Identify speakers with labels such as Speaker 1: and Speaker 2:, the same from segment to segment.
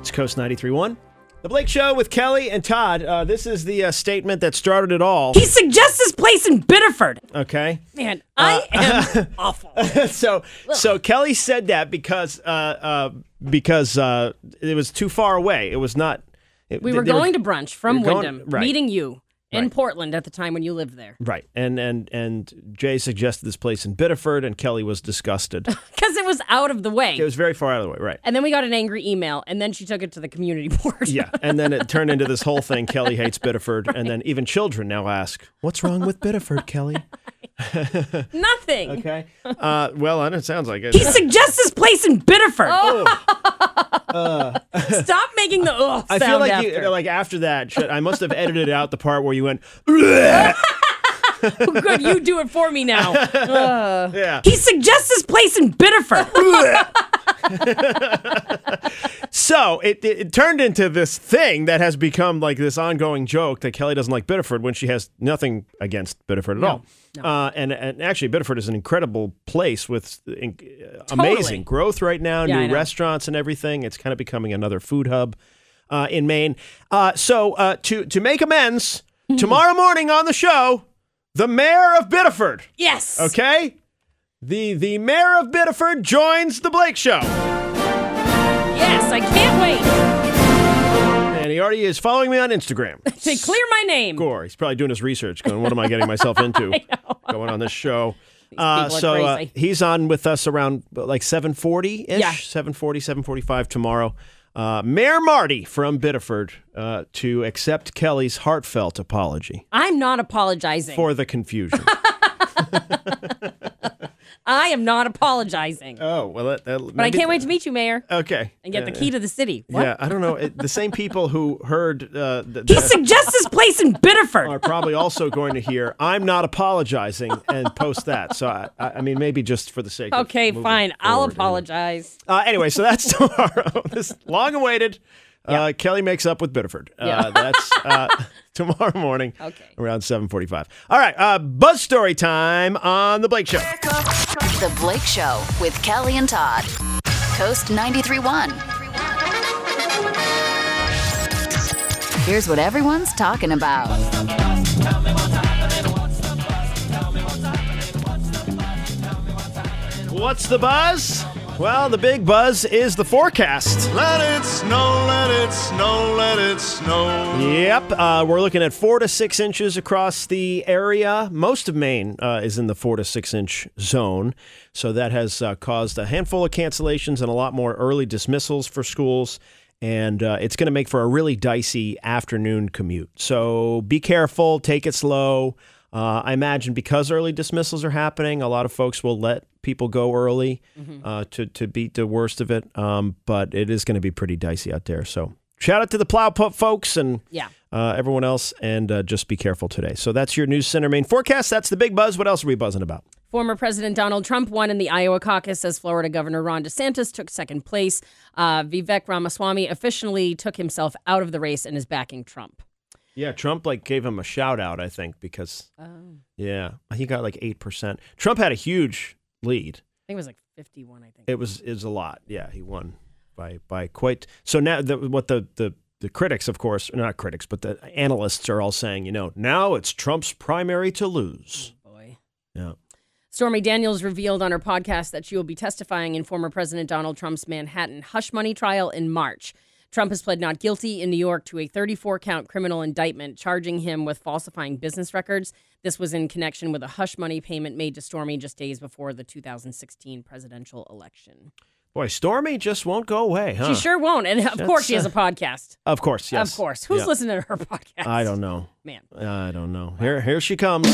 Speaker 1: It's Coast 93.1. The Blake Show with Kelly and Todd. Uh, this is the uh, statement that started it all.
Speaker 2: He suggests this place in Biddeford.
Speaker 1: Okay.
Speaker 2: Man,
Speaker 1: Uh,
Speaker 2: I am awful.
Speaker 1: so so Kelly said that because uh, uh, because uh, it was too far away. It was not. It,
Speaker 2: We
Speaker 1: they-
Speaker 2: were
Speaker 1: they
Speaker 2: going to brunch from
Speaker 1: you're going-
Speaker 2: Wyndham,
Speaker 1: right.
Speaker 2: meeting you in
Speaker 1: Right.
Speaker 2: Portland at the time when you lived there.
Speaker 1: right, and and and Jay suggested this place in Biddeford, and Kelly was disgusted.
Speaker 2: Because it was out of the way.
Speaker 1: it was very far out of the way. Right.
Speaker 2: and then we got an angry email, and then she took it to the community board.
Speaker 1: Yeah, and then it turned into this whole thing. Kelly hates Biddeford, and then even children now ask, "What's wrong with Biddeford, Kelly?"
Speaker 2: Nothing.
Speaker 1: Okay. Uh, well, I don't- it sounds like it.
Speaker 2: He suggests this place in Biddeford. Oh. Stop making the ugh
Speaker 1: Oh. Uh. I
Speaker 2: sound
Speaker 1: feel like
Speaker 2: after.
Speaker 1: you like after that, shit, I must have edited out the part where you went.
Speaker 2: Uh-huh. Good, you do it for me now. Ugh.
Speaker 1: Yeah.
Speaker 2: He suggests this place in Biddeford.
Speaker 1: So it, it, it turned into this thing that has become like this ongoing joke that Kelly doesn't like Biddeford when she has nothing against Biddeford at all. Uh, and, and actually, Biddeford is an incredible place with in, uh, amazing growth right now,
Speaker 2: Yeah, I
Speaker 1: new
Speaker 2: know.
Speaker 1: restaurants and everything. It's kind of becoming another food hub uh, in Maine. Uh, so uh, to to make amends, tomorrow morning on the show, the mayor of Biddeford.
Speaker 2: yes.
Speaker 1: Okay. The the mayor of Biddeford joins the Blake Show,
Speaker 2: Yes, I can't wait
Speaker 1: and he already is following me on Instagram.
Speaker 2: to clear my name.
Speaker 1: Gore. He's probably doing his research, going, "What am I getting myself into? going on this show." Uh,
Speaker 2: people are
Speaker 1: so uh,
Speaker 2: crazy.
Speaker 1: he's on with us around uh, like 740 ish,
Speaker 2: Yeah.
Speaker 1: 740, 745 tomorrow. Uh, Mayor Marty from Biddeford uh, to accept Kelly's heartfelt apology
Speaker 2: I'm not apologizing.
Speaker 1: for the confusion.
Speaker 2: I am not apologizing.
Speaker 1: oh well, that, that,
Speaker 2: but I can't wait to meet you, Mayor,
Speaker 1: Okay,
Speaker 2: and get the key to the city. What?
Speaker 1: Yeah, I don't know. It, the same people who heard uh, th-
Speaker 2: He
Speaker 1: that
Speaker 2: suggests this place in Biddeford.
Speaker 1: are probably also going to hear "I'm not apologizing" and post that. So I, I I mean, maybe just for the sake. of
Speaker 2: Okay,
Speaker 1: moving
Speaker 2: fine. I'll
Speaker 1: forward.
Speaker 2: apologize.
Speaker 1: Uh, anyway, so that's tomorrow. this long-awaited uh, Kelly makes up with Biddeford. Uh,
Speaker 2: Yeah.
Speaker 1: That's uh, tomorrow morning,
Speaker 2: Okay.
Speaker 1: around seven forty-five. All right, uh, buzz story time on the Blake Show.
Speaker 3: The Blake Show with Kelly and Todd. Coast 93.1. Here's what everyone's talking about.
Speaker 1: What's the buzz? Well, the big buzz is the forecast.
Speaker 4: Let it snow, let it snow, let it snow.
Speaker 1: Yep, uh, we're looking at four to six inches across the area. Most of Maine uh, is in the four to six inch zone, so that has uh, caused a handful of cancellations and a lot more early dismissals for schools. And uh, it's going to make for a really dicey afternoon commute. So be careful, take it slow. Uh, I imagine because early dismissals are happening, a lot of folks will let people go early uh, to to beat the worst of it. Um, but it is going to be pretty dicey out there. So shout out to the plow pup folks and
Speaker 2: Yeah.
Speaker 1: uh, everyone else, and uh, just be careful today. So that's your news center main forecast. That's the big buzz. What else are we buzzing about?
Speaker 2: Former President Donald Trump won in the Iowa caucus as Florida Governor Ron DeSantis took second place. Uh, Vivek Ramaswamy officially took himself out of the race and is backing Trump.
Speaker 1: Yeah, Trump like gave him a shout out, I think, because
Speaker 2: Oh, I think
Speaker 1: yeah, he got like eight percent. Trump had a huge lead.
Speaker 2: it was like 51, I think.
Speaker 1: It was is a lot. Yeah, he won by by quite. So now the, what the the the critics, of course, not critics, but the analysts are all saying, you know, now it's Trump's primary to lose.
Speaker 2: Boy.
Speaker 1: Yeah.
Speaker 2: Stormy Daniels revealed on her podcast that she will be testifying in former President Donald Trump's Manhattan hush money trial in March. Trump has pled not guilty in New York to a 34 count criminal indictment charging him with falsifying business records. This was in connection with a hush money payment made to Stormy just days before the 2016 presidential election.
Speaker 1: Boy, Stormy just won't go away, huh?
Speaker 2: She sure won't. And of
Speaker 1: That's,
Speaker 2: course, she has
Speaker 1: uh,
Speaker 2: a podcast.
Speaker 1: Of course, yes.
Speaker 2: Of course. Who's
Speaker 1: Yeah.
Speaker 2: listening to her podcast?
Speaker 1: I don't know.
Speaker 2: Man.
Speaker 1: I don't know. Here, here she comes.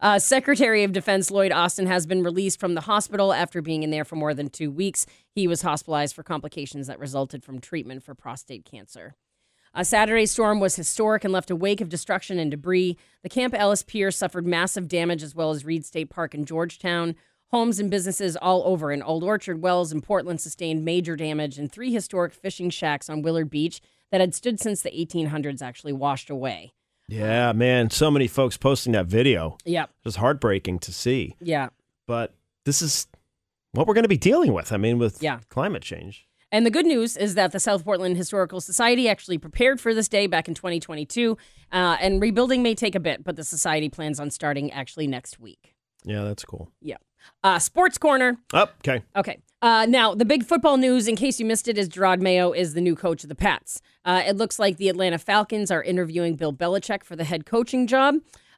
Speaker 2: Uh, Secretary of Defense Lloyd Austin has been released from the hospital after being in there for more than two weeks. He was hospitalized for complications that resulted from treatment for prostate cancer. A Saturday's storm was historic and left a wake of destruction and debris. The Camp Ellis Pier suffered massive damage, as well as Reed State Park in Georgetown. Homes and businesses all over in Old Orchard, Wells, and Portland sustained major damage, and three historic fishing shacks on Willard Beach that had stood since the 1800s actually washed away.
Speaker 1: Yeah, man, so many folks posting that video.
Speaker 2: Yep.
Speaker 1: Just heartbreaking to see.
Speaker 2: Yeah.
Speaker 1: But this is what we're going to be dealing with. I mean, with
Speaker 2: Yeah.
Speaker 1: climate change.
Speaker 2: And the good news is that the South Portland Historical Society actually prepared for this day back in 2022, uh, and rebuilding may take a bit, but the society plans on starting actually next week.
Speaker 1: Yeah, that's cool.
Speaker 2: Yeah. Uh, Sports Corner.
Speaker 1: Oh, okay.
Speaker 2: Okay. Uh, now, the big football news, in case you missed it, is Gerard Mayo is the new coach of the Pats. Uh, it looks like the Atlanta Falcons are interviewing Bill Belichick for the head coaching job.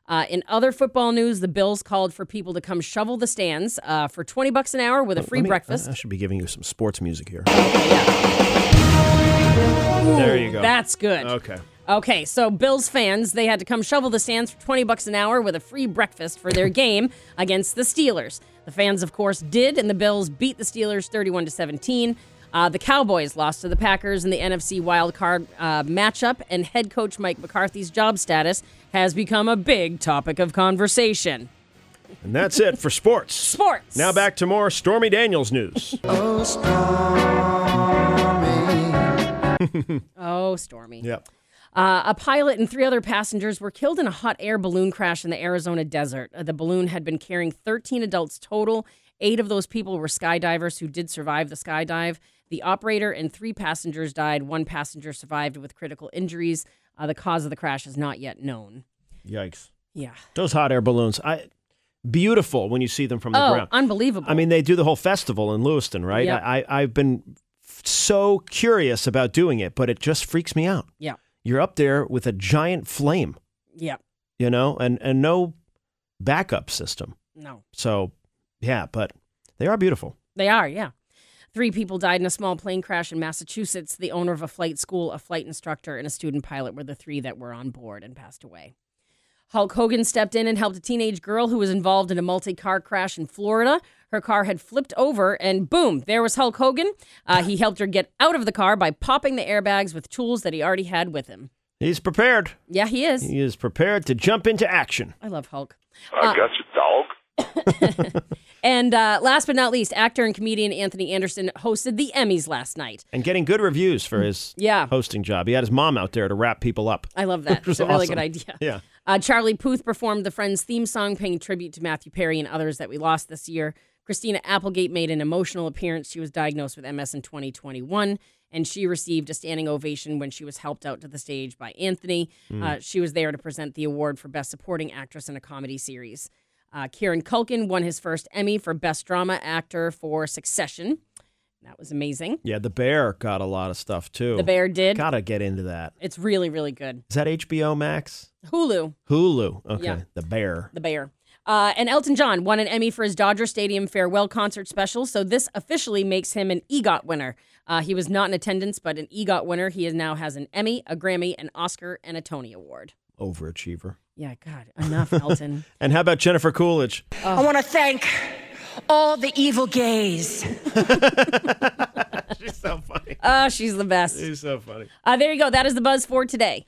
Speaker 2: Uh, in other football news, the Bills called for people to come shovel the stands uh, for 20 bucks an hour with a free
Speaker 1: Let me- uh,
Speaker 2: breakfast.
Speaker 1: I should be giving you some sports music here. There you go.
Speaker 2: That's good.
Speaker 1: okay.
Speaker 2: Okay, so Bills fans, they had to come shovel the stands for 20 bucks an hour with a free breakfast for their game against the Steelers. The fans of course did and the Bills beat the Steelers 31 to 17. Uh, the Cowboys lost to the Packers in the NFC wild card uh, matchup, and head coach Mike McCarthy's job status has become a big topic of conversation.
Speaker 1: And that's it for sports.
Speaker 2: Sports.
Speaker 1: Now back to more Stormy Daniels news.
Speaker 2: Oh, Stormy.
Speaker 1: yep.
Speaker 2: Uh, a pilot and three other passengers were killed in a hot air balloon crash in the Arizona desert. Uh, The balloon had been carrying 13 adults total. Eight of those people were skydivers who did survive the skydive. The operator and three passengers died. One passenger survived with critical injuries. Uh, the cause of the crash is not yet known.
Speaker 1: Yikes.
Speaker 2: Yeah.
Speaker 1: Those hot air balloons. I beautiful when you see them from the
Speaker 2: Oh,
Speaker 1: ground.
Speaker 2: unbelievable.
Speaker 1: I mean, they do the whole festival in Lewiston, right?
Speaker 2: Yep.
Speaker 1: I, I I've been f- so curious about doing it, but it just freaks me out.
Speaker 2: yeah.
Speaker 1: You're up there with a giant flame,
Speaker 2: Yeah.
Speaker 1: you know, and and no backup system.
Speaker 2: No.
Speaker 1: So, yeah, but they are beautiful.
Speaker 2: They are, yeah. Three people died in a small plane crash in Massachusetts. The owner of a flight school, a flight instructor, and a student pilot were the three that were on board and passed away. Hulk Hogan stepped in and helped a teenage girl who was involved in a multi car crash in Florida. Her car had flipped over, and boom, there was Hulk Hogan. Uh, he helped her get out of the car by popping the airbags with tools that he already had with him.
Speaker 1: He's prepared.
Speaker 2: Yeah, he is.
Speaker 1: He is prepared to jump into action.
Speaker 2: I love Hulk. Uh,
Speaker 5: I got your dog.
Speaker 2: And uh, last but not least, actor and comedian Anthony Anderson hosted the Emmys last night.
Speaker 1: and getting good reviews for his
Speaker 2: Yeah.
Speaker 1: hosting job. He had his mom out there to wrap people up.
Speaker 2: I love that.
Speaker 1: was
Speaker 2: It's a really
Speaker 1: awesome.
Speaker 2: good idea.
Speaker 1: Yeah.
Speaker 2: Uh, Charlie Puth performed the Friends theme song, paying tribute to Matthew Perry and others that we lost this year. Christina Applegate made an emotional appearance. She was diagnosed with MS in 2021, and she received a standing ovation when she was helped out to the stage by Anthony. Uh, she was there to present the award for Best Supporting Actress in a Comedy Series. Uh, Kieran Culkin won his first Emmy for Best Drama Actor for Succession. That was amazing.
Speaker 1: Yeah, the bear got a lot of stuff too.
Speaker 2: The Bear did.
Speaker 1: Gotta get into that.
Speaker 2: It's really, really good.
Speaker 1: Is that HBO Max?
Speaker 2: Hulu.
Speaker 1: Hulu. Okay.
Speaker 2: Yeah.
Speaker 1: The bear.
Speaker 2: the bear. Uh, and Elton John won an Emmy for his Dodger Stadium farewell concert special, so this officially makes him an EGOT winner. Uh, he was not in attendance, but an EGOT winner. He is now has an Emmy, a Grammy, an Oscar, and a Tony Award.
Speaker 1: Overachiever.
Speaker 2: Yeah, God, enough, Elton.
Speaker 1: And how about Jennifer Coolidge?
Speaker 6: I want to thank all the evil gays.
Speaker 1: She's so funny.
Speaker 2: Ah, she's the best.
Speaker 1: She's so funny.
Speaker 2: Uh, there you go. That is the buzz for today.